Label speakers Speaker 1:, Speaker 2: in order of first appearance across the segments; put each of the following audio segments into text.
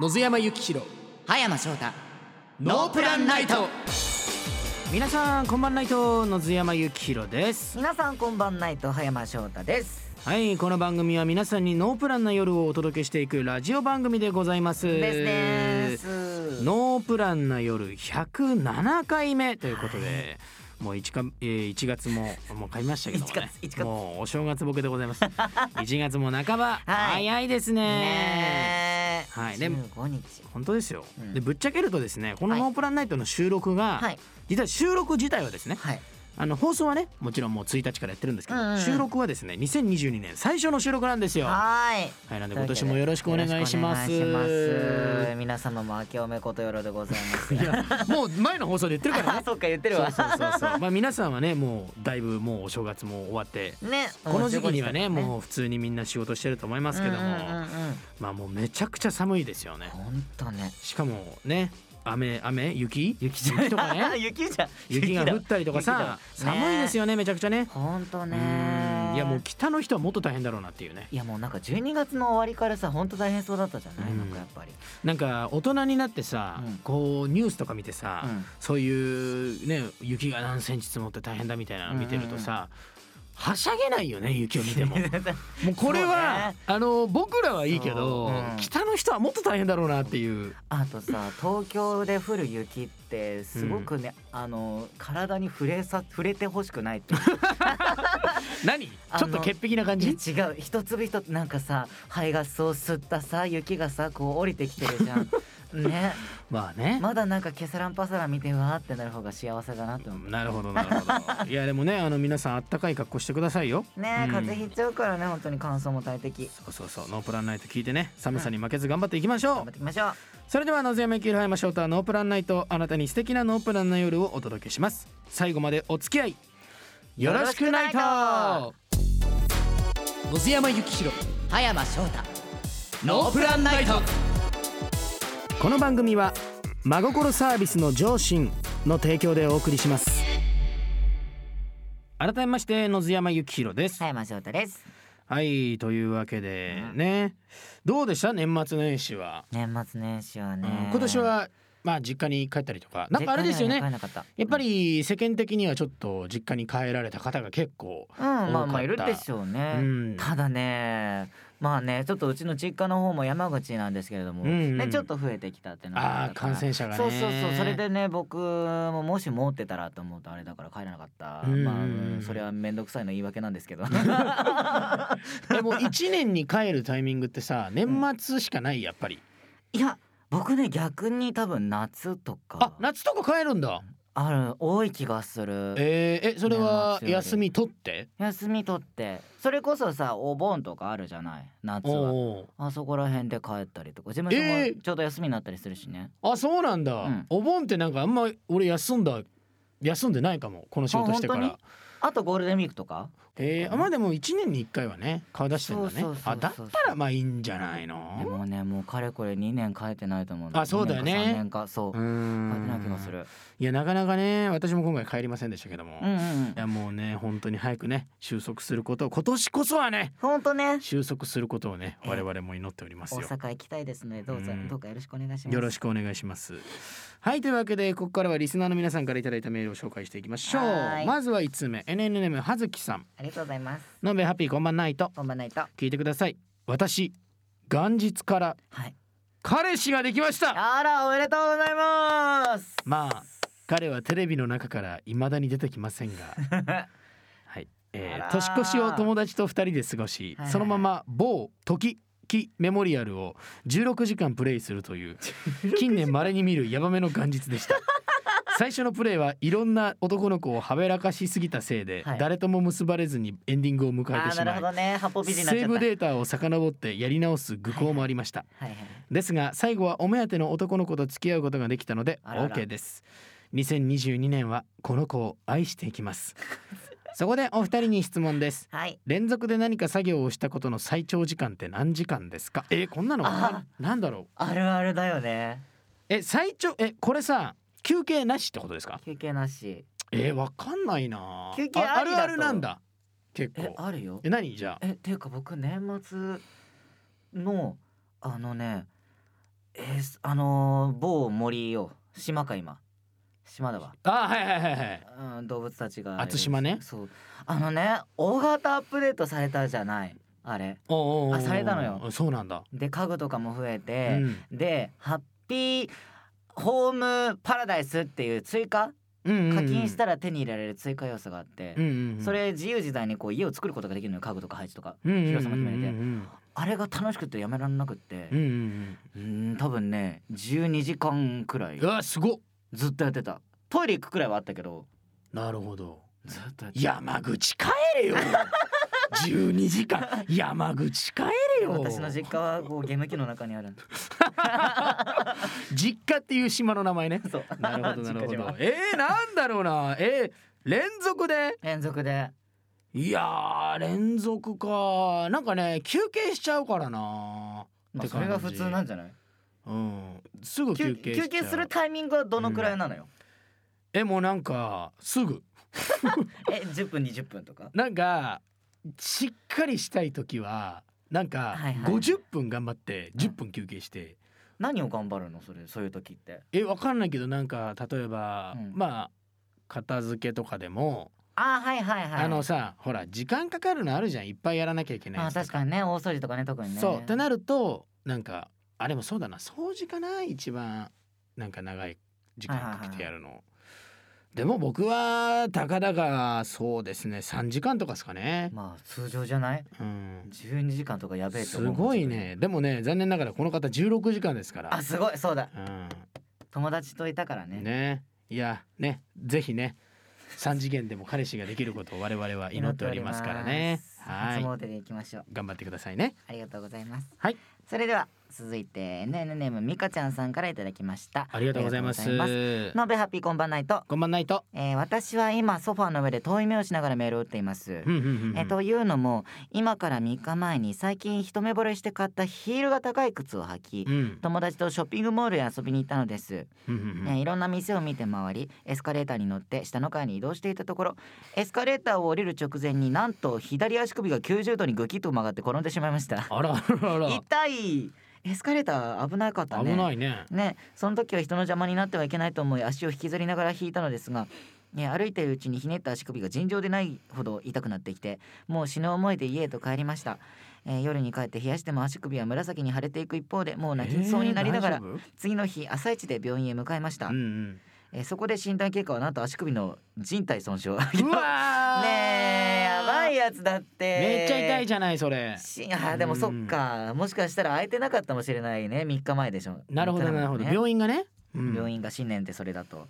Speaker 1: 野津山幸弘
Speaker 2: 葉山翔太
Speaker 1: ノープランナイト
Speaker 3: 皆さんこんばんないと野津山幸弘です
Speaker 2: 皆さんこんばんないと葉山翔太です
Speaker 3: はいこの番組は皆さんにノープランな夜をお届けしていくラジオ番組でございます
Speaker 2: ですです
Speaker 3: ノープランな夜107回目ということで、もう 1, か、えー、1月ももう買いましたけどもね
Speaker 2: 1月1月
Speaker 3: もうお正月ボケでございます 1月も半ば、
Speaker 2: はい
Speaker 3: 早いですね
Speaker 2: ねえ
Speaker 3: はいで
Speaker 2: 15日
Speaker 3: 本当ですよ、
Speaker 2: うん
Speaker 3: でぶっちゃけるとですねこの「
Speaker 2: はい
Speaker 3: ノープランナイト」の収録が、
Speaker 2: はい
Speaker 3: 実は収録自体はですね、
Speaker 2: はい
Speaker 3: あの放送はねもちろんもう1日からやってるんですけど、
Speaker 2: うんうんうん
Speaker 3: 収録はですね2022年最初の収録なんですよ。は
Speaker 2: はい
Speaker 3: いなんで今年もよろしくお願いします。
Speaker 2: よろしくお願いします皆様も明けおめことよろでござい ます
Speaker 3: いやもう前の放送で言ってる から
Speaker 2: あ
Speaker 3: ね。
Speaker 2: そうか言ってる
Speaker 3: そう
Speaker 2: わ
Speaker 3: そうそうそう。まあ皆さんはねもうだいぶもうお正月も終わって。
Speaker 2: ね
Speaker 3: この時期にはね
Speaker 2: う
Speaker 3: もう普通にみんな仕事してると思いますけども、
Speaker 2: うんうんうんうん
Speaker 3: まあもうめちゃくちゃ寒いですよね
Speaker 2: ほんとね
Speaker 3: しかもね雨雨雪雪とかね
Speaker 2: 雪じゃん
Speaker 3: 雪が
Speaker 2: だ
Speaker 3: 降ったりとかさ
Speaker 2: 雪だわ
Speaker 3: 寒いですよねめちゃくちゃね
Speaker 2: ほんと
Speaker 3: う
Speaker 2: ね
Speaker 3: んいやもう北の人はもっと大変だろうなっていうね
Speaker 2: いやもうなんか12月の終わりからさほんと大変そうだったじゃない、
Speaker 3: うん
Speaker 2: なんかやっぱり
Speaker 3: なんか大人になってさ、
Speaker 2: うん
Speaker 3: こうニュースとか見てさ、
Speaker 2: うん
Speaker 3: そういうね雪が何センチ積もって大変だみたいなの見てるとさ、はしゃげないよね雪を見 てももうこれは、
Speaker 2: そう
Speaker 3: あ
Speaker 2: ね
Speaker 3: の僕らはいいけど、
Speaker 2: そううん
Speaker 3: 北の人はもっと大変だろうなっていう
Speaker 2: あと さ東京で降る雪ってすごくね、あの体に触れさ触れてほしくないっていう
Speaker 3: 何ち
Speaker 2: あ
Speaker 3: ょ
Speaker 2: の
Speaker 3: っと潔癖な感じ
Speaker 2: いや違う一粒一粒なんかさ排ガスを吸ったさ雪がさこう降りてきてるじゃん ね
Speaker 3: まあね、
Speaker 2: まだなんかケサランパサラン見てわーってなる方が幸せだなって思
Speaker 3: なるほどなるほ どいやでもねあの皆さんあったかい格好してくださいよ
Speaker 2: うねえ、
Speaker 3: うん
Speaker 2: 風邪ひいちゃうからね本当に乾燥も大敵
Speaker 3: そうそうそうノープランナイト聞いてね寒さに負けず頑張っていきましょう、
Speaker 2: 頑張っていきましょう
Speaker 3: それでは野津山幸山翔太ノープランナイトあなたに素敵なノープランな夜をお届けします最後までお付き合いよろしくナイト
Speaker 1: 野津山幸弘
Speaker 2: 葉山翔太
Speaker 1: ノープランナイト
Speaker 3: この番組は真心サービスの上進の提供でお送りします改めまして野津山幸弘です
Speaker 2: 葉山翔太です
Speaker 3: はいというわけでねどうでした年末年始は、
Speaker 2: 年末年始はね、
Speaker 3: うん今年はまあ実家に帰ったりとかなんかあれですよね
Speaker 2: 絶対には帰らなかた
Speaker 3: やっぱり世間的にはちょっと実家に帰られた方が結構
Speaker 2: うんまあまあい
Speaker 3: 多
Speaker 2: る
Speaker 3: かった
Speaker 2: でしょうね、
Speaker 3: うん
Speaker 2: ただねまあねちょっとうちの実家の方も山口なんですけれども、
Speaker 3: うんうん
Speaker 2: ねちょっと増えてきたっていうのが
Speaker 3: あ
Speaker 2: っ
Speaker 3: ー
Speaker 2: たから
Speaker 3: 感染者がね
Speaker 2: そうそうそうそれでね僕ももし持ってたらと思うとあれだから帰らなかった、
Speaker 3: うんうんうん
Speaker 2: まあうんそれは面倒くさいの言い訳なんですけ ど
Speaker 3: でも1年に帰るタイミングってさ年末しかないやっぱり、
Speaker 2: いや僕ね逆に多分夏と
Speaker 3: あ
Speaker 2: か
Speaker 3: 夏とか帰るんだ
Speaker 2: ある多い気がする
Speaker 3: えー、えそれは休み取って
Speaker 2: 休み取ってそれこそさお盆とかあるじゃない夏は
Speaker 3: おう
Speaker 2: あそこら辺で帰ったりとか自分
Speaker 3: え
Speaker 2: も
Speaker 3: ー
Speaker 2: ちょうど休みになったりするしね、
Speaker 3: あそうなんだ、
Speaker 2: うん
Speaker 3: お盆ってなんかあんま俺休んだ休んでないかもこの仕事してか
Speaker 2: あ
Speaker 3: ら
Speaker 2: 本あとゴールデンウィークとか
Speaker 3: えー、あまあでも1年に1回はね顔出してんだね
Speaker 2: そうそうそうそう
Speaker 3: あだったらまあいいんじゃない
Speaker 2: で
Speaker 3: の
Speaker 2: もねもうかれこれ2年帰ってないと思うん
Speaker 3: あそうだよね
Speaker 2: 2年か3年かそ
Speaker 3: う
Speaker 2: う、
Speaker 3: ー
Speaker 2: 帰ってない気がす
Speaker 3: ん
Speaker 2: る
Speaker 3: いやなかなかね私も今回帰りませんでしたけども、
Speaker 2: うんう
Speaker 3: い
Speaker 2: んうん
Speaker 3: やもうね本当に早くね収束することを今年こそはね
Speaker 2: ほんとね
Speaker 3: 収束することをね我々も祈っております
Speaker 2: 大
Speaker 3: よ。
Speaker 2: 阪行きたいですのでどうぞ、
Speaker 3: うん
Speaker 2: どうかよろしくお願いします
Speaker 3: よろしくお願いします。はいというわけでここからはリスナーの皆さんからいただいたメールを紹介していきましょう
Speaker 2: はー。い
Speaker 3: まずは1通目 NNM はずきさん。
Speaker 2: ありがとうございます
Speaker 3: のんべえハッピーこんばんないと
Speaker 2: 頑張らないと
Speaker 3: 聞いてください。私元日から
Speaker 2: はい
Speaker 3: 彼氏ができました。
Speaker 2: あらおめでとうございます
Speaker 3: まあ彼はテレビの中から未だに出てきませんが。 はい。え
Speaker 2: あ
Speaker 3: ー
Speaker 2: らー
Speaker 3: 年越しを友達と2人で過ごし、
Speaker 2: はいはい
Speaker 3: そのまま某時々メモリアルを16時間プレイするという近年まれに見るヤバめの元日で した最初のプレイはいろんな男の子をはべらかしすぎたせいで、
Speaker 2: はい
Speaker 3: 誰とも結ばれずにエンディングを迎え
Speaker 2: あ
Speaker 3: て
Speaker 2: ー
Speaker 3: し
Speaker 2: なる
Speaker 3: ま
Speaker 2: ほ
Speaker 3: い、
Speaker 2: どね八方美人になっち
Speaker 3: セ
Speaker 2: ゃ
Speaker 3: ー
Speaker 2: った
Speaker 3: ブデータを遡ってやり直す愚行もありました、
Speaker 2: はいはい
Speaker 3: ですが最後はお目当ての男の子と付き合うことができたので
Speaker 2: あらあら
Speaker 3: OK です2022年はこの子を愛していきます そこでお二人に質問です
Speaker 2: はい
Speaker 3: 連続で何か作業をしたことの最長時間って何時間ですかえーこんなのななんだろう
Speaker 2: あるあるだよね
Speaker 3: え最長えこれさ休憩なしってことですか
Speaker 2: 休憩なし
Speaker 3: えー、わかんないな
Speaker 2: 休憩ありだと
Speaker 3: あるあるなんだ結
Speaker 2: え
Speaker 3: 構
Speaker 2: あるよ
Speaker 3: え何じゃあ
Speaker 2: えっていうか僕年末のあのねえーすあのー某森を島か今島だわ
Speaker 3: あはいはいはいはい
Speaker 2: うん、動物たちが
Speaker 3: 篤島ね
Speaker 2: そうあのね大型アップデートされたじゃないあれ
Speaker 3: おうおうおうおう
Speaker 2: あされたのよ
Speaker 3: そうなんだ、
Speaker 2: で家具とかも増え
Speaker 3: う
Speaker 2: て、
Speaker 3: ん
Speaker 2: でハッピーホームパラダイスっていう追加
Speaker 3: うんうんうん、
Speaker 2: 課金したら手に入れられる追加要素があって、
Speaker 3: うんうんうん、
Speaker 2: それ自由自在にこう家を作ることができるのよ家具とか配置とか
Speaker 3: うんうんうんうん
Speaker 2: 広さも決めれて
Speaker 3: うん
Speaker 2: あれが楽しくてやめられなくって
Speaker 3: うんうん
Speaker 2: うん多分ね12時間くら
Speaker 3: う
Speaker 2: い
Speaker 3: んうわすごっ
Speaker 2: ずっとやってたトイレ行くくらいはあったけど
Speaker 3: なるほど
Speaker 2: ずっとやってた
Speaker 3: 山口帰れ よ12時間山口帰れよ
Speaker 2: 私の実家はこうゲーム機の中にあ る
Speaker 3: 実家っていう島の名前ね
Speaker 2: そう
Speaker 3: なるほ どなるほ
Speaker 2: 実家
Speaker 3: ど
Speaker 2: 島
Speaker 3: えー、なんだろうなえー、連続で
Speaker 2: 連続で
Speaker 3: いやー連続かなんかね休憩しちゃうからな
Speaker 2: ま
Speaker 3: っ
Speaker 2: あ
Speaker 3: て
Speaker 2: そ
Speaker 3: 感じ
Speaker 2: れが普通なんじゃない
Speaker 3: うんすぐ休
Speaker 2: 休
Speaker 3: 憩
Speaker 2: 休
Speaker 3: しちゃ
Speaker 2: 憩
Speaker 3: う
Speaker 2: するタイミングはどのくらいなのよ、
Speaker 3: えもうなんかすぐ
Speaker 2: え10分20分とか
Speaker 3: なんかしっかりしたい時はなんか
Speaker 2: はいはい
Speaker 3: 50分頑張って10分休憩して、
Speaker 2: 何を頑張るのそれそういう時って
Speaker 3: えわかんないけどなんか例えば、
Speaker 2: うん
Speaker 3: まあ片付けとかでも、
Speaker 2: あーはいはいはい
Speaker 3: あのさほら時間かかるのあるじゃんいっぱいやらなきゃいけない
Speaker 2: あ
Speaker 3: や
Speaker 2: ー
Speaker 3: つと
Speaker 2: 確かにね大掃除とかね特にね
Speaker 3: そうってなるとなんかあれもそうだな掃除かな一番なんか長い時間かけてやるの、でも僕はたかだかそうですね3時間とかですかね、
Speaker 2: まあ通常じゃない
Speaker 3: うん、
Speaker 2: 12時間とかやべえと
Speaker 3: す
Speaker 2: 思う
Speaker 3: ごいねでもね残念ながらこの方16時間ですから
Speaker 2: あすごいそうだ
Speaker 3: う
Speaker 2: 友達といたからね
Speaker 3: ん、ねいやねぜひね3次元でも彼氏ができることを我々は祈っておりますからねは
Speaker 2: 初
Speaker 3: い
Speaker 2: 詣で行きましょう
Speaker 3: 頑張ってくださいね
Speaker 2: ありがとうございます
Speaker 3: はい
Speaker 2: それでは続いて NN ネームみかちゃんさんからいただきました
Speaker 3: ありがとうございま
Speaker 2: あ
Speaker 3: す
Speaker 2: りがとうございますのべハッピーこんばんないと、
Speaker 3: こんばんないと
Speaker 2: えー、私は今ソファーの上で遠い目をしながらメールを打っています
Speaker 3: うんうんうんうん
Speaker 2: えーというのも今から3日前に最近一目惚れして買ったヒールが高い靴を履き
Speaker 3: うん
Speaker 2: 友達とショッピングモールへ遊びに行ったのです、
Speaker 3: うんうんうん
Speaker 2: えーいろんな店を見て回りエスカレーターに乗って下の階に移動していたところエスカレーターを降りる直前になんと左足首が90度にグキッと曲がって転んでしまいました
Speaker 3: あらあらあら
Speaker 2: 痛いエスカレーター危なかったね
Speaker 3: 危ないね
Speaker 2: ねその時は人の邪魔になってはいけないと思い足を引きずりながら引いたのですが、ね、歩いているうちにひねった足首が尋常でないほど痛くなってきてもう死ぬ思いで家へと帰りました、えー夜に帰って冷やしても足首は紫に腫れていく一方でもう泣きそうになりながら、
Speaker 3: えー大丈
Speaker 2: 次の日朝一で病院へ向かいました、
Speaker 3: 夫うん
Speaker 2: えーそこで診断結果はなんと足首の靭帯損傷
Speaker 3: うんうわー
Speaker 2: ねえやばいやつだって
Speaker 3: めっちゃ痛いじゃないそれ
Speaker 2: しあーでもそっかもしかしたら空いてなかったかもしれないね3日前でしょ
Speaker 3: なるほどなるほど
Speaker 2: ね
Speaker 3: 病院がねうん
Speaker 2: 病院が新年ってそれだと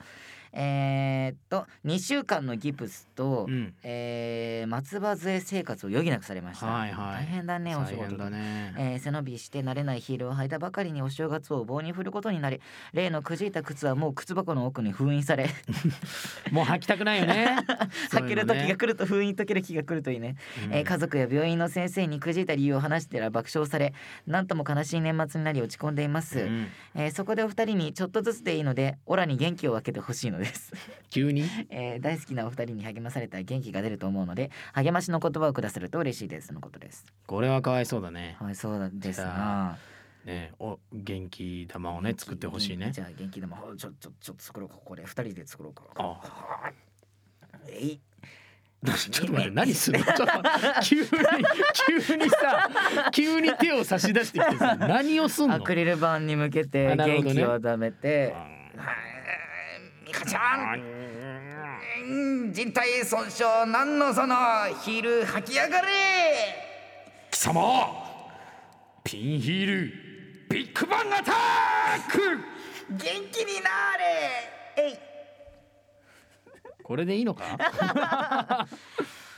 Speaker 2: えーっと2週間のギプスと、
Speaker 3: うん
Speaker 2: えー松葉杖生活を余儀なくされました、
Speaker 3: はいはい
Speaker 2: 大変だねお仕
Speaker 3: 大
Speaker 2: 事
Speaker 3: 変だね
Speaker 2: えー背伸びして慣れないヒールを履いたばかりにお正月を棒に振ることになり例のくじいた靴はもう靴箱の奥に封印され
Speaker 3: もう履きたくないよね
Speaker 2: 履ける
Speaker 3: そういうの
Speaker 2: 時が
Speaker 3: ね
Speaker 2: 来ると封印解ける日が来るといいね、
Speaker 3: うん
Speaker 2: えー家族や病院の先生にくじいた理由を話してたら爆笑されなんとも悲しい年末になり落ち込んでいます、
Speaker 3: うん
Speaker 2: えーそこでお二人にちょっとずつでいいのでオラに元気を分けてほしいのです
Speaker 3: 急に
Speaker 2: えー大好きなお二人に励まされたら元気が出ると思うので励ましの言葉をくださると嬉しいですのことです
Speaker 3: これはかわいそうだね
Speaker 2: はいそうです
Speaker 3: じ
Speaker 2: な
Speaker 3: ねお元気玉をね作ってほしいね
Speaker 2: じゃあ元気でもちょちょちょっと作ろうかこれ二人で作ろうか
Speaker 3: あ
Speaker 2: えい
Speaker 3: ちょっと待って何するのちょっと急に急に さ急に手を差し出してきてさ何をすんの
Speaker 2: アクリル板に向けて
Speaker 3: あなるほ
Speaker 2: 元
Speaker 3: どね
Speaker 2: 気を貯めて
Speaker 3: あ
Speaker 2: はいミカちゃんうん人体損傷なんのそのヒール吐きやがれ
Speaker 3: 貴様ピンヒールビッグバンアタック
Speaker 2: 元気になれえい
Speaker 3: これでいいのか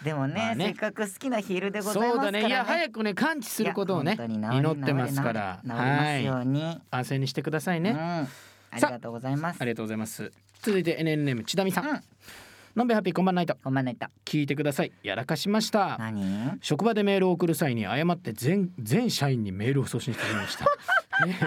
Speaker 2: でもね,、
Speaker 3: まあね
Speaker 2: せっかく好きなヒールでございます
Speaker 3: そう
Speaker 2: か
Speaker 3: だ
Speaker 2: らね
Speaker 3: ねいや早くね完治することをね
Speaker 2: いや本当に
Speaker 3: 祈ってますから
Speaker 2: 治り治りますように、
Speaker 3: 安静にしてくださいね、
Speaker 2: うん、ありがとうございます
Speaker 3: ありがとうございます続いて NNM ちなみさん、
Speaker 2: うん
Speaker 3: のんべハッピーこんばんないと
Speaker 2: ごめんないた
Speaker 3: 聞いてくださいやらかしました
Speaker 2: 何
Speaker 3: 職場でメールを送る際に誤って全全社員にメールを送信してみま したね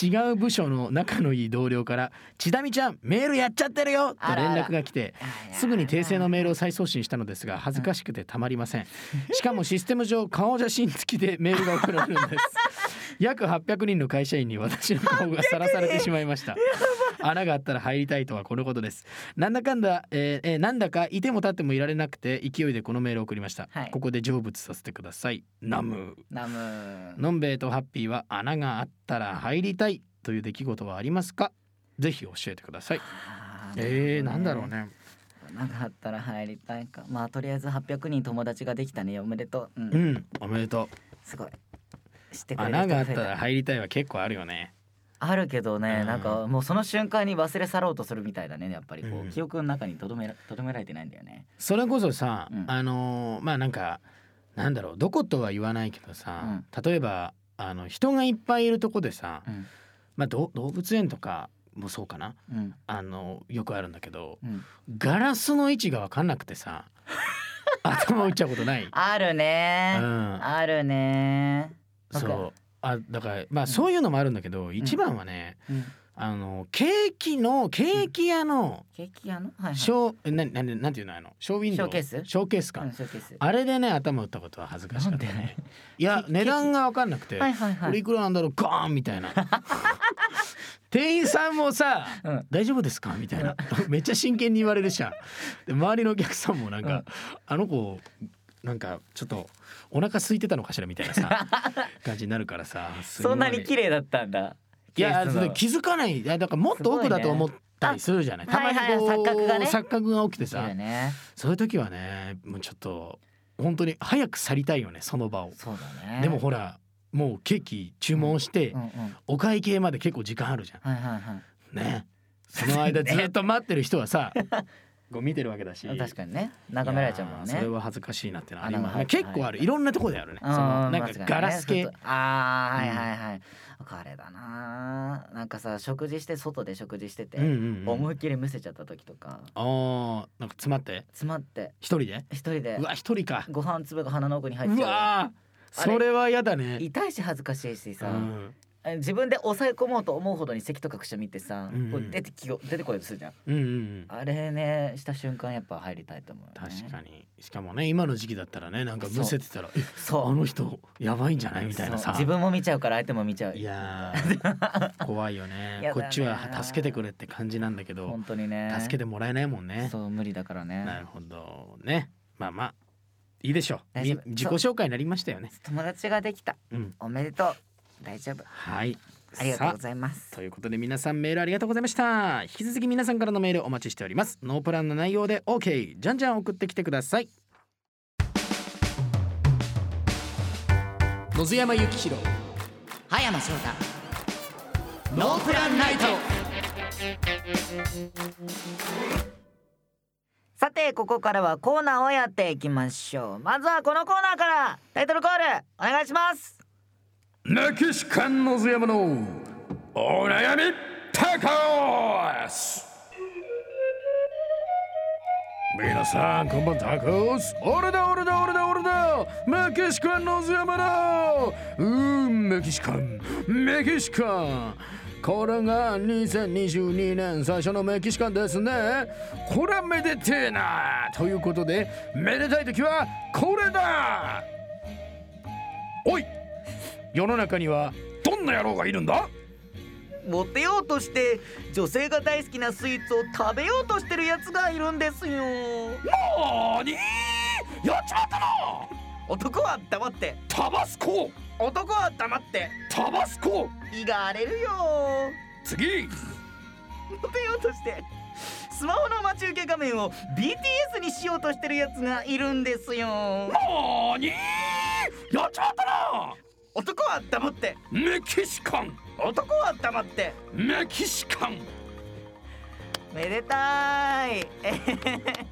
Speaker 3: え違う部署の仲のいい同僚から「ちだみちゃんメールやっちゃってるよ!」と
Speaker 2: あら
Speaker 3: 連
Speaker 2: あら
Speaker 3: 絡が来て
Speaker 2: あら
Speaker 3: すぐに訂正のメールを再送信したのですが恥ずか しくてたまりませんしかもシステム上顔写真付きでメールが送られるんです約800人の会社員に私の顔がさらされてしまいました 穴があったら入りたいとはこのことですなんだかんだ、えーえーなんだかいても立ってもいられなくて勢いでこのメールを送りました、
Speaker 2: はい
Speaker 3: ここで成仏させてくださいナム
Speaker 2: ナムー
Speaker 3: のんべえとハッピーは穴があったら入りたいという出来事はありますかぜひ教えてください
Speaker 2: あ
Speaker 3: え
Speaker 2: ー
Speaker 3: ー、なんだろうね
Speaker 2: なかったら入りたいかまあとりあえず800人友達ができたねおめでとう、うん
Speaker 3: うんおめでとう
Speaker 2: すごい知ってくれる
Speaker 3: 穴
Speaker 2: 人
Speaker 3: があ
Speaker 2: が
Speaker 3: っ
Speaker 2: 増
Speaker 3: た
Speaker 2: え
Speaker 3: ら
Speaker 2: た
Speaker 3: 入りたいは結構あるよね
Speaker 2: あるけどね、
Speaker 3: うん
Speaker 2: なんかもうその瞬間に忘れ去ろうとするみたいだねやっぱりこう、
Speaker 3: うん
Speaker 2: 記憶の中にとどめらとどめられてないんだよね
Speaker 3: それこそさ、
Speaker 2: うん
Speaker 3: あのーまあなんかなんだろうどことは言わないけどさ、例えばあの人がいっぱいいるとこでさ、
Speaker 2: うん
Speaker 3: まあ、ど動物園とかもそうかな
Speaker 2: うん
Speaker 3: あのよくあるんだけど
Speaker 2: うん
Speaker 3: ガラスの位置が分かんなくて さ頭打っちゃうことない、
Speaker 2: ある
Speaker 3: う
Speaker 2: ね
Speaker 3: ん、
Speaker 2: あるね
Speaker 3: そ
Speaker 2: なん
Speaker 3: うあだからまあそういうのもあるんだけど、一番はね
Speaker 2: うん
Speaker 3: あのケーキのケーキ屋の
Speaker 2: ケーキ屋のはいはい
Speaker 3: ショー、えななななんていうのあのショーウィンドウ
Speaker 2: ショーケース
Speaker 3: ショーケースか、
Speaker 2: うんショーケース
Speaker 3: あれでね頭打ったことは恥ずかしかった
Speaker 2: なんで
Speaker 3: ねいや
Speaker 2: け
Speaker 3: 値段が分かんなくて、
Speaker 2: はいはい
Speaker 3: こ
Speaker 2: は
Speaker 3: れ
Speaker 2: い
Speaker 3: いくらなんだろうゴーンみたいな店員さんもさ
Speaker 2: うん
Speaker 3: 「大丈夫ですか?」みたいなめっちゃ真剣に言われるじゃんで周りのお客さんもなんか、
Speaker 2: うん
Speaker 3: あの子なんかちょっとお腹空いてたのかしらみたいな さ感じになるからさすごい
Speaker 2: そんなに綺麗だったんだ
Speaker 3: いや
Speaker 2: ケース
Speaker 3: そ
Speaker 2: の
Speaker 3: れ気づかないいやだからもっと奥だと思ったりするじゃない
Speaker 2: すごいね
Speaker 3: たまにこう、
Speaker 2: はいはい錯覚がね
Speaker 3: 錯覚が起きて
Speaker 2: そうだ
Speaker 3: さ
Speaker 2: よね
Speaker 3: そういう時はねもうちょっと本当に早く去りたいよねその場を。
Speaker 2: そうだね
Speaker 3: でもほらもうケーキ注文して、
Speaker 2: うんうんはい
Speaker 3: お会計まで結構時間あるじゃ
Speaker 2: はいは
Speaker 3: ん。ね。その 間ずっと待ってる人は さ、ご見てるわけだし。
Speaker 2: い確かにね眺められちゃうも
Speaker 3: い
Speaker 2: ん
Speaker 3: やーそ
Speaker 2: ね
Speaker 3: れは恥ずかしいなってのはあり
Speaker 2: 穴
Speaker 3: ま
Speaker 2: が
Speaker 3: す
Speaker 2: 入
Speaker 3: ね。
Speaker 2: って
Speaker 3: 結構ある。いろんなところであるね。そ
Speaker 2: うん
Speaker 3: のなん
Speaker 2: まあ
Speaker 3: か
Speaker 2: 確にね
Speaker 3: ガラス系
Speaker 2: 外。ああはい
Speaker 3: うん
Speaker 2: はいはい、これだななんかさ食事して外で食事してて、
Speaker 3: うんうんうん。
Speaker 2: 思いっきりむせちゃった時とか
Speaker 3: ああ、なんか詰まって
Speaker 2: 詰まって
Speaker 3: 一人で。
Speaker 2: 一人で
Speaker 3: うわ一人か。
Speaker 2: ご飯粒が鼻の奥に入っ
Speaker 3: う
Speaker 2: ちゃ
Speaker 3: わー
Speaker 2: あれ
Speaker 3: それはやだ
Speaker 2: う
Speaker 3: ね。
Speaker 2: 痛いし恥ずかしいし
Speaker 3: う
Speaker 2: さ、
Speaker 3: ん
Speaker 2: え自分で抑え込もうと思うほどに咳とかくしゃみってさ、
Speaker 3: うんうん
Speaker 2: こう出てきよ出てこようとするじゃん
Speaker 3: うんうん。
Speaker 2: あれねした瞬間やっぱ入りたいと思う、ね、
Speaker 3: 確かに。しかもね今の時期だったらねなんかむせてたらえ
Speaker 2: そう
Speaker 3: あの人やばいんじゃないみたいな
Speaker 2: そ
Speaker 3: さ。
Speaker 2: う自分も見ちゃうから相手も見ちゃう
Speaker 3: いや ー怖いよね
Speaker 2: やだね
Speaker 3: こっちは助けてくれって感じなんだけど
Speaker 2: 本当にね
Speaker 3: 助けてもらえないもんね
Speaker 2: そう無理だからね
Speaker 3: なるほどねまあまあいいでしょう
Speaker 2: 大
Speaker 3: み
Speaker 2: 丈夫
Speaker 3: 自己紹介になりましたよね
Speaker 2: 友達ができた
Speaker 3: うん
Speaker 2: おめでとう大丈夫
Speaker 3: はい
Speaker 2: ありがとうご
Speaker 3: さ
Speaker 2: ざいます
Speaker 3: あということで皆さんメールありがとうございました引き続き皆さんからのメールお待ちしておりますノープランの内容で OK じゃんじゃん送ってきてください
Speaker 1: 野津山幸弘
Speaker 2: 葉山翔太
Speaker 1: ノープランナイト
Speaker 2: さてここからはコーナーをやっていきましょうまずはこのコーナーからタイトルコールお願いします
Speaker 4: メキシカンのズヤマのお悩みタコス皆さんこんばんタコス俺だ俺だ俺だ俺だメキシカンのズヤマだうーんメキシカンメキシカンこれが2022年最初のメキシカンですねこれはめでてえなということでめでたい時はこれだおい世の中にはどんな野郎がいるんだ
Speaker 2: モテようとして女性が大好きなスイーツを食べようとしてるやつがいるんですよ
Speaker 4: なーにやっちまったな
Speaker 2: 男は黙って
Speaker 4: タバスコ
Speaker 2: 男は黙って
Speaker 4: タバスコ
Speaker 2: 胃が荒れるよ
Speaker 4: 次
Speaker 2: モテようとしてスマホの待ち受け画面を BTS にしようとしてるやつがいるんですよ
Speaker 4: なーにやっちまったな
Speaker 2: 男は黙って
Speaker 4: メキシカン
Speaker 2: 男は黙って
Speaker 4: メキシカン
Speaker 2: めでたい えへへへ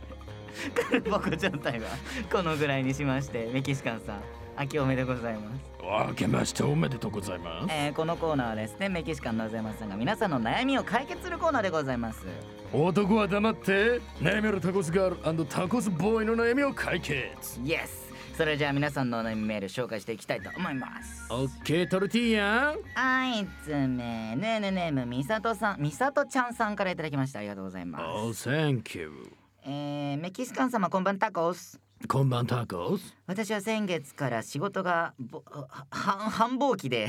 Speaker 2: カルボコ状態はこのぐらいにしましてメキシカンさん秋おめでございます
Speaker 4: 明けましておめでとうございます
Speaker 2: えーこのコーナーはですねメキシカンのゼマさんが皆さんの悩みを解決するコーナーでございます
Speaker 4: 男は黙って悩めるタコスガールタコスボーイの悩みを解決
Speaker 2: イエスそれじゃあ皆さんのお悩みメール紹介していきたいと思います
Speaker 4: オッケートルティーヤ
Speaker 2: あいつめねえねえねえむみさとさんみさとちゃんさんからいただきましたありがとうございます
Speaker 4: おセンキュー
Speaker 2: えーメキシカン様こんばんタコス
Speaker 3: こんばんタコス。
Speaker 2: 私は先月から仕事がぼはは繁忙期で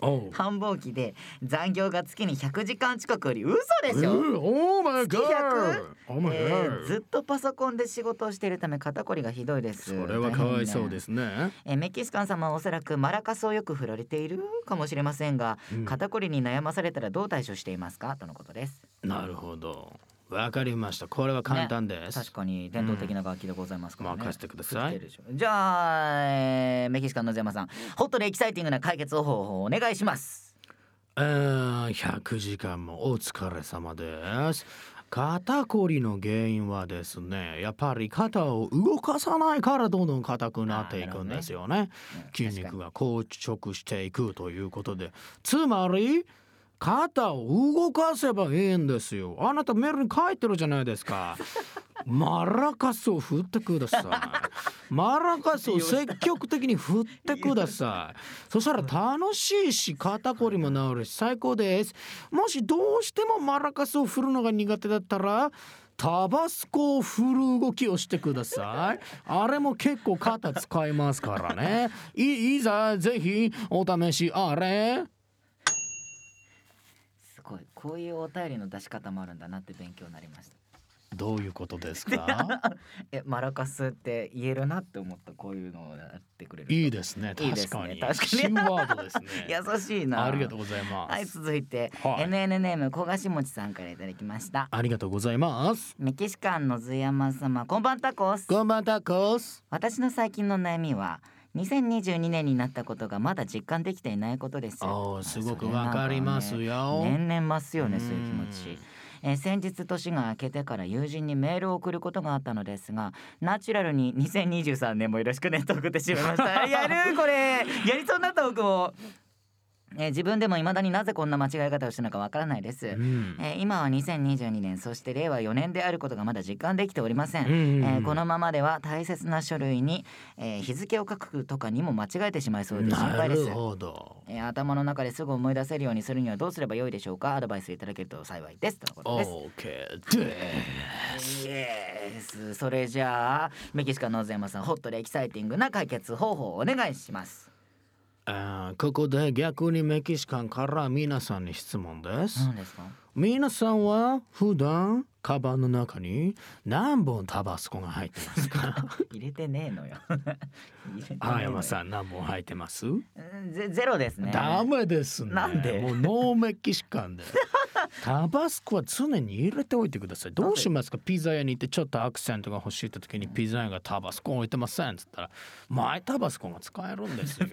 Speaker 3: おう。
Speaker 2: 繁忙期で残業が月に100時間近くより嘘でしょ、
Speaker 3: おおまい
Speaker 2: 月
Speaker 3: が
Speaker 2: 100。
Speaker 3: おまい
Speaker 2: えーず
Speaker 3: が。
Speaker 2: っとパソコンで仕事をしているため肩こりがひどいです、
Speaker 3: それはかわいそうですすね。
Speaker 2: えーメキシカン様はおそらくマラカスをよく振られているかもしれませんが、
Speaker 3: うん
Speaker 2: 肩こりに悩まされたらどう対処していますかとのことです
Speaker 3: なるほど。わかりました。これは簡単です。
Speaker 2: 確かに伝統的な楽器でございますからね、
Speaker 3: 任せてください
Speaker 2: 作ってるでしょじゃあ、えーメキシカンのゼマさんホットでエキサイティングな解決方法をお願いします
Speaker 3: えー100時間もお疲れ様です。肩こりの原因はですねやっぱり肩を動かさないからどんどん硬くなっていくんですよね
Speaker 2: うん
Speaker 3: 筋肉が硬直していくということでつまり肩を動かせばいいんですよあなたメールに書いてるじゃないです かマラカスを振ってくださいマラカスを積極的に振ってくださいそしたら楽しいし肩こりも治るし最高ですもしどうしてもマラカスを振るのが苦手だったらタバスコを振る動きをしてください。あれも結構肩使いますからね。いいざぜひお試しあれ。
Speaker 2: すごいこういうお便りの出し方もあるんだなって勉強になりました
Speaker 3: どういうことですか
Speaker 2: えマラカスって言えるなって思ったこういうのをやってくれる
Speaker 3: いいですね。
Speaker 2: いいで
Speaker 3: 確
Speaker 2: す
Speaker 3: かに。
Speaker 2: ね確かに。
Speaker 3: 新ワードですね
Speaker 2: 優 しいな
Speaker 3: ありがとうございます。
Speaker 2: はい続いて、
Speaker 3: はい
Speaker 2: NN ネーム焦がしもちさんからいただきました
Speaker 3: ありがとうございます。
Speaker 2: メキシカンのズヤマ様こんばんタコス
Speaker 3: こんばんタコス。
Speaker 2: 私の最近の悩みは2022年になったことがまだ実感できていないことです
Speaker 3: おーすごくわかりますよ。
Speaker 2: 年々増すよね
Speaker 3: うん
Speaker 2: そういう気持ちえー先日年が明けてから友人にメールを送ることがあったのですがナチュラルに2023年もよろしくねと送ってしまいました やるこれやりそうになった僕も、えー自分でも未だになぜこんな間違い方をしたのかわからないです、
Speaker 3: うん。
Speaker 2: えー今は2022年そして令和4年であることがまだ実感できておりません、えーこのままでは大切な書類に、えー日付を書くとかにも間違えてしまいそうで心
Speaker 3: な
Speaker 2: 配で
Speaker 3: る
Speaker 2: す、
Speaker 3: ほど。
Speaker 2: えー頭の中ですぐ思い出せるようにするにはどうすればよいでしょうかアドバイスいただけると幸いですとのことです
Speaker 3: オーケーで。
Speaker 2: イエスそれじゃあメキシカンのゼマさんホットでエキサイティングな解決方法をお願いします
Speaker 3: あーここで逆にメキシカンから皆さんに質問です。
Speaker 2: 何ですか
Speaker 3: 皆さんは普段カバンの中に何本タバスコが入ってますか
Speaker 2: 入れてねえの よ入れてねえのよ
Speaker 3: 青山さん何本入ってます、
Speaker 2: うんゼゼロですね
Speaker 3: ダメですね
Speaker 2: なんで
Speaker 3: もうノーメキシカ ンでタバスコは常に入れておいてくださいどうしますかピザ屋に行ってちょっとアクセントが欲しいって時にピザ屋がタバスコ置いてませんっつったらマイタバスコが使えるんです よ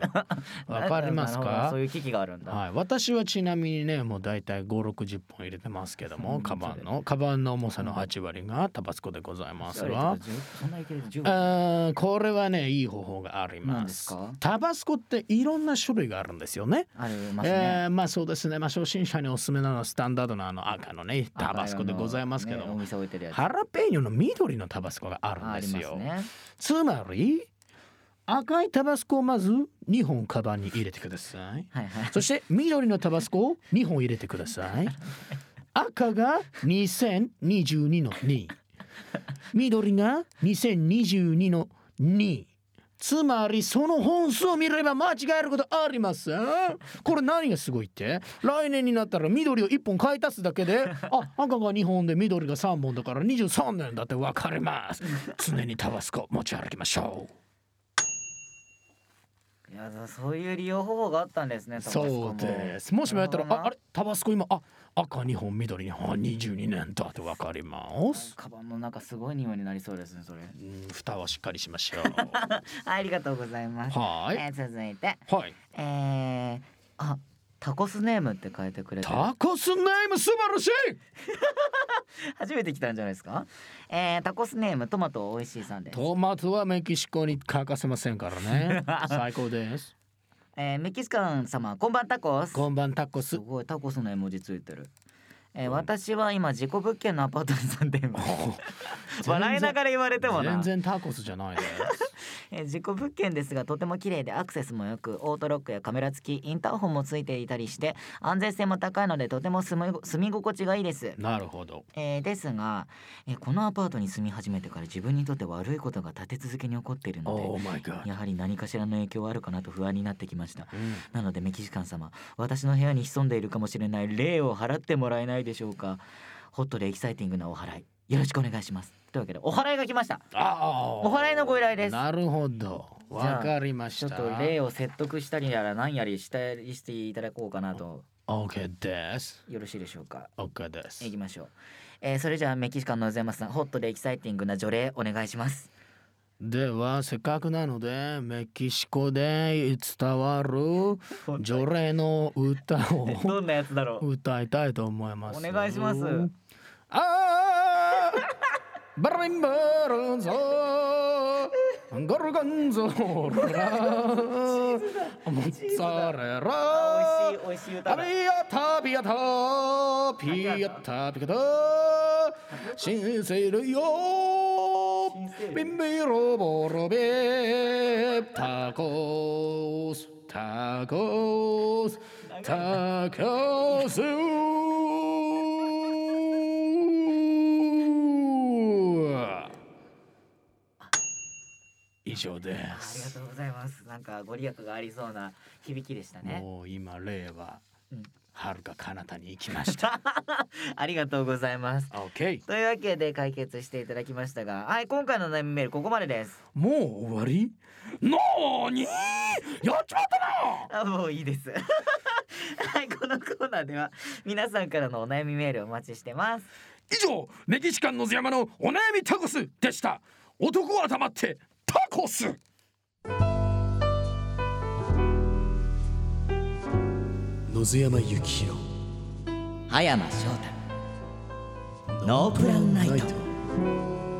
Speaker 3: わかります
Speaker 2: なるほど
Speaker 3: か
Speaker 2: そういう危機があるんだ、
Speaker 3: はい、私はちなみにねもう大体560本入れてますけどもカバンのカバンの重さの8割がタバスコでございます
Speaker 2: それちょ
Speaker 3: が
Speaker 2: っとじゅそんなにいけると10分
Speaker 3: あーこれはねいい方法があり
Speaker 2: なん
Speaker 3: ま
Speaker 2: ですすか
Speaker 3: タバスコっていろんな種類があるんですよね
Speaker 2: ありますね。
Speaker 3: えーまあそうですね、まあ、初心者におすすめなのはスタンダードのあの赤のねタバスコでございますけど
Speaker 2: ねお
Speaker 3: も、
Speaker 2: 店置いてるやつ。
Speaker 3: ハラペーニョの緑のタバスコがあるん
Speaker 2: あ
Speaker 3: で
Speaker 2: あり
Speaker 3: す
Speaker 2: ます
Speaker 3: よ
Speaker 2: ね。
Speaker 3: つまり赤いタバスコをまず2本カバンに入れてください
Speaker 2: はいはい。
Speaker 3: そして緑のタバスコを2本入れてください。赤が2022の2。緑が2022の2。つまりその本数を見れば間違えることありませんこれ何がすごいって来年になったら緑を1本買い足すだけであ赤が2本で緑が3本だから23年だって分かります常にタバスコ持ち歩きましょ
Speaker 2: いやだそういう利用方法があったんですね。
Speaker 3: う
Speaker 2: タバスコ
Speaker 3: そ
Speaker 2: も
Speaker 3: うですもしもやったら
Speaker 2: なるほど
Speaker 3: あ
Speaker 2: な
Speaker 3: あれタバスコ今あ赤2本緑2本22年だって分かります
Speaker 2: カバンの中すごい匂いになりそうですねそれ。
Speaker 3: うん蓋はしっかりしま しょう
Speaker 2: ありがとうございます。
Speaker 3: は
Speaker 2: え
Speaker 3: い
Speaker 2: ー続いて
Speaker 3: はい
Speaker 2: えー、あタコスネームって変えてくれてる
Speaker 3: タコスネーム素晴らしい
Speaker 2: 初めて来たんじゃないですか。えー、タコスネームトマトおいしいさんです。
Speaker 3: トマトはメキシコに欠かせませんから ね最高です
Speaker 2: えー、メキシカン様こんばんタコス。
Speaker 3: こんばんタコ
Speaker 2: す
Speaker 3: ス
Speaker 2: ごいタコスの絵文字ついてる。えー、私は今事故物件のアパートに住んでいます。笑いながら言われてもな
Speaker 3: 全然タコスじゃないです
Speaker 2: えー事故物件ですがとても綺麗でアクセスも良くオートロックやカメラ付きインターホンもついていたりして安全性も高いのでとても住み住み心地がいいです、
Speaker 3: なるほど
Speaker 2: えーですが、えーこのアパートに住み始めてから自分にとって悪いことが立て続けに起こっているので
Speaker 3: Oh my god
Speaker 2: やはり何かしらの影響はあるかなと不安になってきましたなのでメキシカン様私の部屋に潜んでいるかもしれない霊を払ってもらえないでしょうかホットでエキサイティングなお払いよろしくお願いしますというわけでお払いが来ました
Speaker 3: あ
Speaker 2: お祓いのご依頼です
Speaker 3: なるほどわかりまし
Speaker 2: ちょ
Speaker 3: た
Speaker 2: っと霊を説得したりやら何やりしたりしていただこうかなと
Speaker 3: OK です
Speaker 2: よろしいでしょうか
Speaker 3: OK です
Speaker 2: 行きましょう、えーそれじゃあメキシカンのゼマスさんホットでエキサイティングな除霊お願いします
Speaker 3: ではせっかくなのでメキシコで伝わる 除霊の歌を
Speaker 2: んなやつだろ
Speaker 3: 歌いたいと思います
Speaker 2: お願いします
Speaker 3: あーバリンバルンゾゴルゴンゾ ーラモッツァレラ
Speaker 2: 美味しい美味しい歌
Speaker 3: ア
Speaker 2: だ
Speaker 3: ビアタビアタピアタピカタ新生類よビンビロボロベタコスタコスタコス以上で
Speaker 2: あ
Speaker 3: す
Speaker 2: りがとうございますなんかご利益がありそうな響きでしたね
Speaker 3: もう今例は遥か彼方に行きま した。
Speaker 2: ありがとうございます。
Speaker 3: OK。
Speaker 2: というわけで解決していただきましたが、はい、今回の悩みメールここまでです。
Speaker 3: もう終わり？なーに？やっちまったな。
Speaker 2: あ、もういいです。 はい、このコーナーでは皆さんからのお悩みメールをお待ちしてます。
Speaker 4: 以上メキシカンのズヤマのお悩みタコスでした男は黙ってタコス
Speaker 1: 野津山幸宏
Speaker 2: 葉山翔太。
Speaker 1: ノープランナイト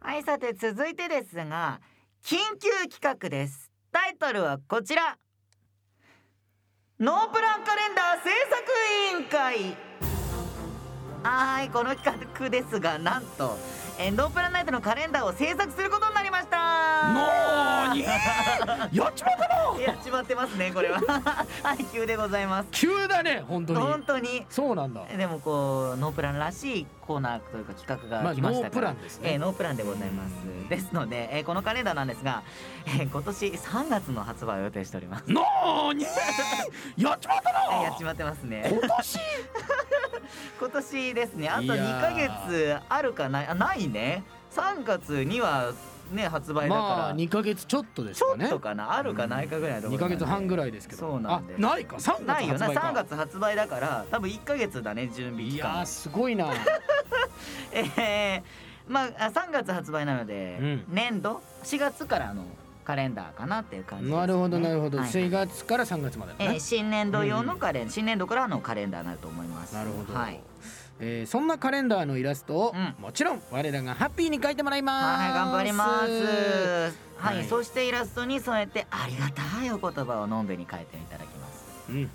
Speaker 2: はい、さて続いてですが、緊急企画です。タイトルはこちら。ノープランカレンダー制作委員会。はい、この企画ですが、なんと、えーノープランナイトのカレンダーを制作することになりました。
Speaker 4: なーにやっちまったな
Speaker 2: やっちまってますねこれは はい急でございます
Speaker 3: 急だね本当
Speaker 2: 本
Speaker 3: に。
Speaker 2: 当に
Speaker 3: そうなんだ。
Speaker 2: でもこうノープランらしいコーナーというか企
Speaker 3: まあ
Speaker 2: 画が来まし
Speaker 3: ノ
Speaker 2: た
Speaker 3: ープ
Speaker 2: から、
Speaker 3: ランですね
Speaker 2: えーノープランでございますですので、えーこのカレンダーなんですが、えー今年3月の発売を予定しております
Speaker 4: なー にやっちまったな
Speaker 2: やっちまってますね
Speaker 4: 今 年
Speaker 2: 今年ですねあと
Speaker 3: いや
Speaker 2: 2ヶ
Speaker 3: ー
Speaker 2: 月あるかないあないね3月にはね発売だから、
Speaker 3: まあ二ヶ月ちょっとです
Speaker 2: ちょ
Speaker 3: か
Speaker 2: っ
Speaker 3: ね
Speaker 2: と。かなあるかないかぐらいのとこ
Speaker 3: 二
Speaker 2: ろ
Speaker 3: ヶ
Speaker 2: なんで
Speaker 3: 月半ぐらいですけど。
Speaker 2: そうなんで
Speaker 3: あないか三月
Speaker 2: ないよな
Speaker 3: 発売か
Speaker 2: 3月発売だから多分1ヶ月だね準備
Speaker 3: い
Speaker 2: 期
Speaker 3: や
Speaker 2: 間
Speaker 3: ーすごい な。
Speaker 2: えー、まああ3月発売なので、
Speaker 3: うん
Speaker 2: 年度4月からのカレンダーかなっていう感じです、ね、
Speaker 3: なるほどなるほど。
Speaker 2: はい
Speaker 3: 四月から三月まで
Speaker 2: え
Speaker 3: の
Speaker 2: ー
Speaker 3: ね。
Speaker 2: 新年度用のカレン、新年度からのカレンダーになると思います
Speaker 3: なるほど
Speaker 2: はい、
Speaker 3: えーそんなカレンダーのイラストを
Speaker 2: うん
Speaker 3: もちろん我らがハッピーに描いてもらいます。
Speaker 2: はい、頑張りますはい、
Speaker 3: はい
Speaker 2: そしてイラストに添えてありがたいお言葉をのんべに書いていただきます
Speaker 3: うん。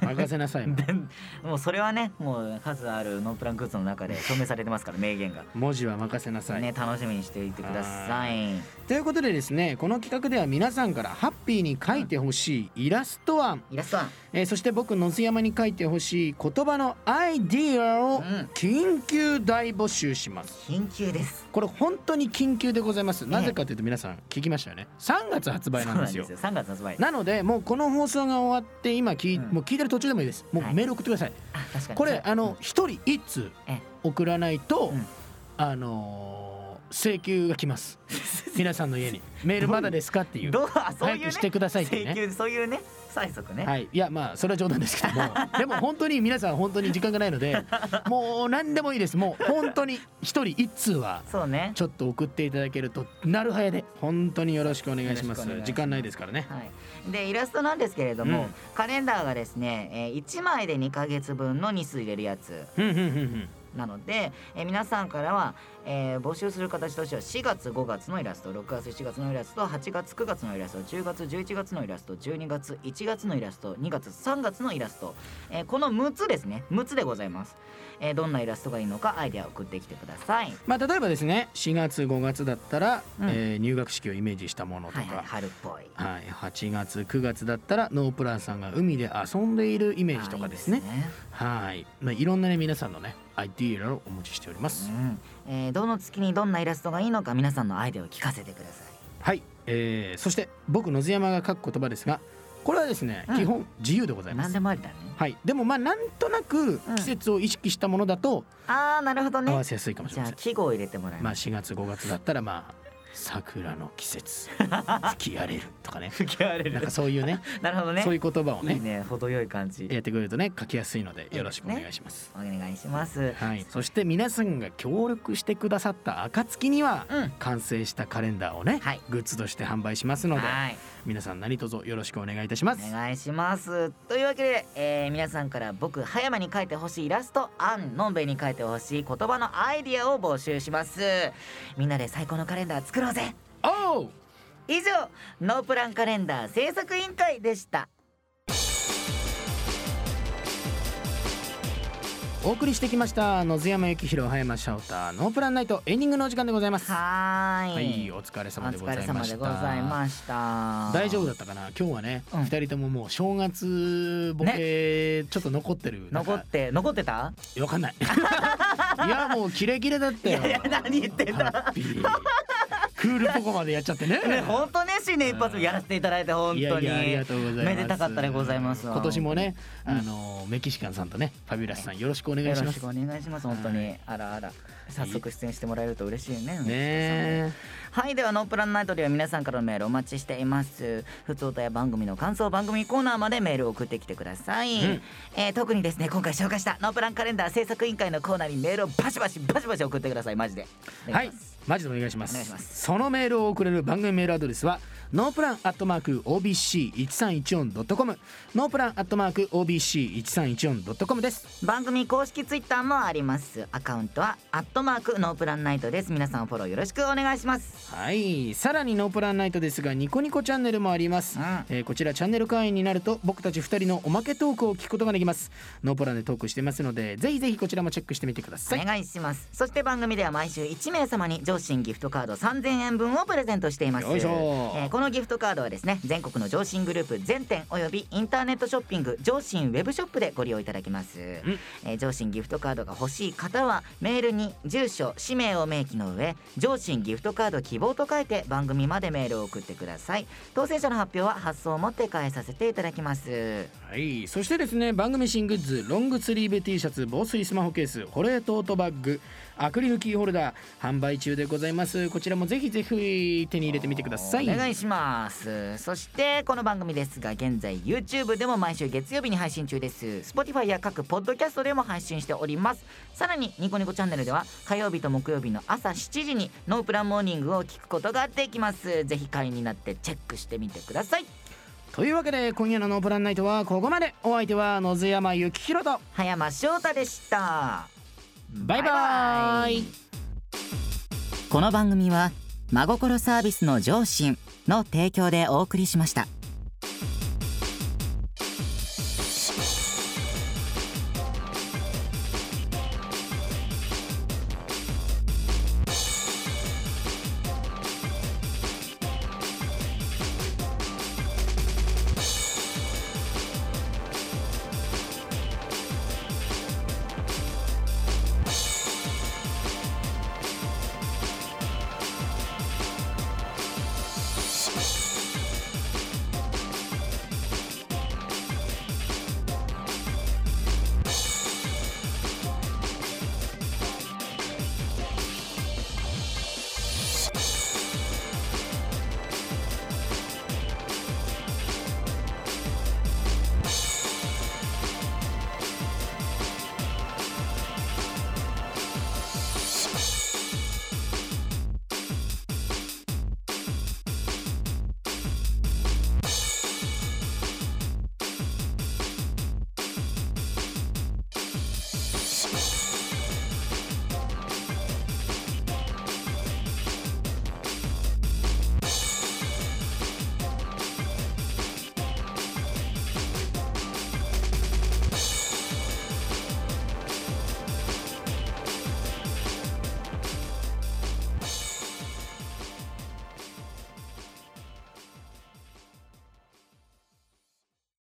Speaker 3: 任せなさい。
Speaker 2: もうそれはねもう数あるノンプラングッズの中で証明されてますから名言が、
Speaker 3: 文字は任せなさい、
Speaker 2: ね楽しみにしていてください
Speaker 3: ということでですねこの企画では皆さんからハッピーに描いてほしいイラスト案、
Speaker 2: イラストは
Speaker 3: えーそして僕野津山に書いてほしい言葉のアイディア
Speaker 2: う
Speaker 3: を
Speaker 2: ん
Speaker 3: 緊急大募集します
Speaker 2: 緊急です
Speaker 3: これ本当に緊急でございますなぜかというと皆さん聞きましたよね3月発売なんですよ
Speaker 2: そうなん3月発売
Speaker 3: なのでもうこの放送が終わって今聞,、
Speaker 2: うん
Speaker 3: もう聞いてる途中でもいいですも
Speaker 2: は
Speaker 3: う
Speaker 2: い
Speaker 3: メール送ってください、
Speaker 2: あ確かに
Speaker 3: こ
Speaker 2: そう
Speaker 3: れあの一人一通
Speaker 2: え
Speaker 3: 送らないと、
Speaker 2: うん
Speaker 3: あのー請求が来ます 皆さんの家にメールまだですかっていう
Speaker 2: どうあそういう、ね、
Speaker 3: 早くしてくださいっていうね
Speaker 2: 請求そういうね催促ね、
Speaker 3: はいいやまあそれは冗談ですけどもでも本当に皆さん本当に時間がないのでもう何でもいいですもう本当に一人一通は
Speaker 2: そうね
Speaker 3: ちょっと送っていただけるとなるはやで本当によろしくお願いします
Speaker 2: よろしくお願いします
Speaker 3: 時間ないですからね
Speaker 2: はい、でイラストなんですけれども、
Speaker 3: うん
Speaker 2: カレンダーがですね、えー、1枚で2ヶ月分の日数入れるやつ
Speaker 3: うんうんうん
Speaker 2: なので、えー皆さんからは、えー募集する形としては4月5月のイラスト6月7月のイラスト8月9月のイラスト10月11月のイラスト12月1月のイラスト2月3月のイラスト、えーこの6つですね6つでございます、えーどんなイラストがいいのかアイデアを送ってきてください
Speaker 3: まあ例えばですね4月5月だったら、
Speaker 2: うん
Speaker 3: えー入学式をイメージしたものとか、
Speaker 2: は
Speaker 3: はい
Speaker 2: いはい春っぽい
Speaker 3: 8月9月だったらノープランさんが海で遊んでいるイメージとかですね
Speaker 2: あーいいですね
Speaker 3: はい、まあ、いろんなね皆さんのねアイディアをお持ちしております、
Speaker 2: うんえーどの月にどんなイラストがいいのか皆さんのアイデアを聞かせてくださ
Speaker 3: はい、えー、そして僕野津山が書く言葉ですがこれはですね、
Speaker 2: うん
Speaker 3: 基本自由でござい
Speaker 2: い
Speaker 3: ま
Speaker 2: 何
Speaker 3: す
Speaker 2: でもありだね
Speaker 3: はい、でもまあなんとなく季節を意識したものだと
Speaker 2: あーなるほど
Speaker 3: 合
Speaker 2: ね
Speaker 3: わせやすいかもし
Speaker 2: じ
Speaker 3: れま
Speaker 2: ゃあ
Speaker 3: せん、
Speaker 2: 季語を入れてもらい
Speaker 3: まあ
Speaker 2: ます、
Speaker 3: 4月5月だったらまあ桜の季 節吹き荒れるとかね
Speaker 2: 吹き荒れ
Speaker 3: なんかそういうね
Speaker 2: なるほどね
Speaker 3: そういう言葉を
Speaker 2: いい
Speaker 3: ね
Speaker 2: ね程よい感じ
Speaker 3: やってくれるとね書きやすいのでよろしくお願いします、
Speaker 2: お願いします
Speaker 3: はい、そして皆さんが協力してくださった暁には
Speaker 2: うん
Speaker 3: 完成したカレンダーをね、
Speaker 2: はい
Speaker 3: グッズとして販売しますので
Speaker 2: はい
Speaker 3: 皆さん何卒よろしくお願いいたします
Speaker 2: お願いしますというわけで、えー皆さんから僕葉山に書いてほしいイラストアンのんべいに書いてほしい言葉のアイディアを募集しますみんなで最高のカレンダー作ろうぜ
Speaker 3: おう
Speaker 2: 以上ノープランカレンダー制作委員会でした
Speaker 3: お送りしてきました野津山幸宏葉山翔太ノープランナイトエンディングのお時間でございます
Speaker 2: はーい
Speaker 3: はい、お疲れ
Speaker 2: お
Speaker 3: 様でござ
Speaker 2: 疲れ
Speaker 3: いま
Speaker 2: 様
Speaker 3: し
Speaker 2: で
Speaker 3: た。
Speaker 2: ございました
Speaker 3: 大丈夫だったかな今日はね、
Speaker 2: う
Speaker 3: 二
Speaker 2: ん
Speaker 3: 人とももう正月ボケちょっと残ってる、なんか
Speaker 2: 残って残ってた
Speaker 3: わかんない いやもうキレキレだったよ
Speaker 2: いやいや何言ってんだ
Speaker 3: ハッピークールポコまでやっちゃってね
Speaker 2: ね本当ね新年一発目やらせていただいて本当に
Speaker 3: いやいやありがとうございます
Speaker 2: めでたかったでございます
Speaker 3: 今年もね、
Speaker 2: うん
Speaker 3: あのメキシカンさんとねファビュラスさんよろしくお願い
Speaker 2: よ
Speaker 3: し
Speaker 2: ろ
Speaker 3: ま
Speaker 2: し
Speaker 3: す
Speaker 2: くお願いします本当
Speaker 3: は
Speaker 2: にあらあら早速出演してもらえると嬉しいね
Speaker 3: ね
Speaker 2: はいではノープランナイトでは皆さんからのメールお待ちしています普通歌や番組の感想番組コーナーまでメールを送ってきてください、
Speaker 3: うん
Speaker 2: えー特にですね今回紹介したノープランカレンダー制作委員会のコーナーにメールをバシバシバシバシ送ってくださいマジでお
Speaker 3: は
Speaker 2: 願
Speaker 3: い
Speaker 2: します
Speaker 3: マジでお願いします
Speaker 2: お願いします
Speaker 3: そのメールを送れる番組メールアドレスはノープランアットマーク OBC1314.com ノープランアットマーク OBC1314.com です
Speaker 2: 番組公式ツイッターもありますアカウントはアットマークノープランナイトです皆さんフォローよろしくお願いします
Speaker 3: はいさらにノープランナイトですがニコニコチャンネルもあります、
Speaker 2: うん
Speaker 3: えーこちらチャンネル会員になると僕たち2人のおまけトークを聞くことができますノープランでトークしてますのでぜひぜひこちらもチェックしてみてください
Speaker 2: お願いしますそして番組では毎週1名様に上信ギフトカード3000円分をプレゼントしています
Speaker 3: よいしょ
Speaker 2: えーこのギフトカードはですね全国の上信グループ全店およびインターネットショッピング上信ウェブショップでご利用いただけます、えー上信ギフトカードが欲しい方はメールに住所氏名を明記の上上信ギフトカード希望と書いて番組までメールを送ってください当選者の発表は発送をもって返させていただきます
Speaker 3: はい、そしてですね番組新グッズロングスリーブ T シャツ防水スマホケース保冷トートバッグアクリルキーホルダー販売中でございますこちらもぜひぜひ手に入れてみてください
Speaker 2: お願いしますそしてこの番組ですが現在 YouTube でも毎週月曜日に配信中です Spotify や各ポッドキャストでも配信しておりますさらにニコニコチャンネルでは火曜日と木曜日の朝7時にノープランモーニングを聞くことができますぜひ会員になってチェックしてみてください
Speaker 3: というわけで今夜の「ノープランナイト」はここまでお相手は野津山幸宏と
Speaker 2: 葉山翔太でした
Speaker 3: バイバイ
Speaker 2: この番組は真心サービスの上信の提供でお送りしました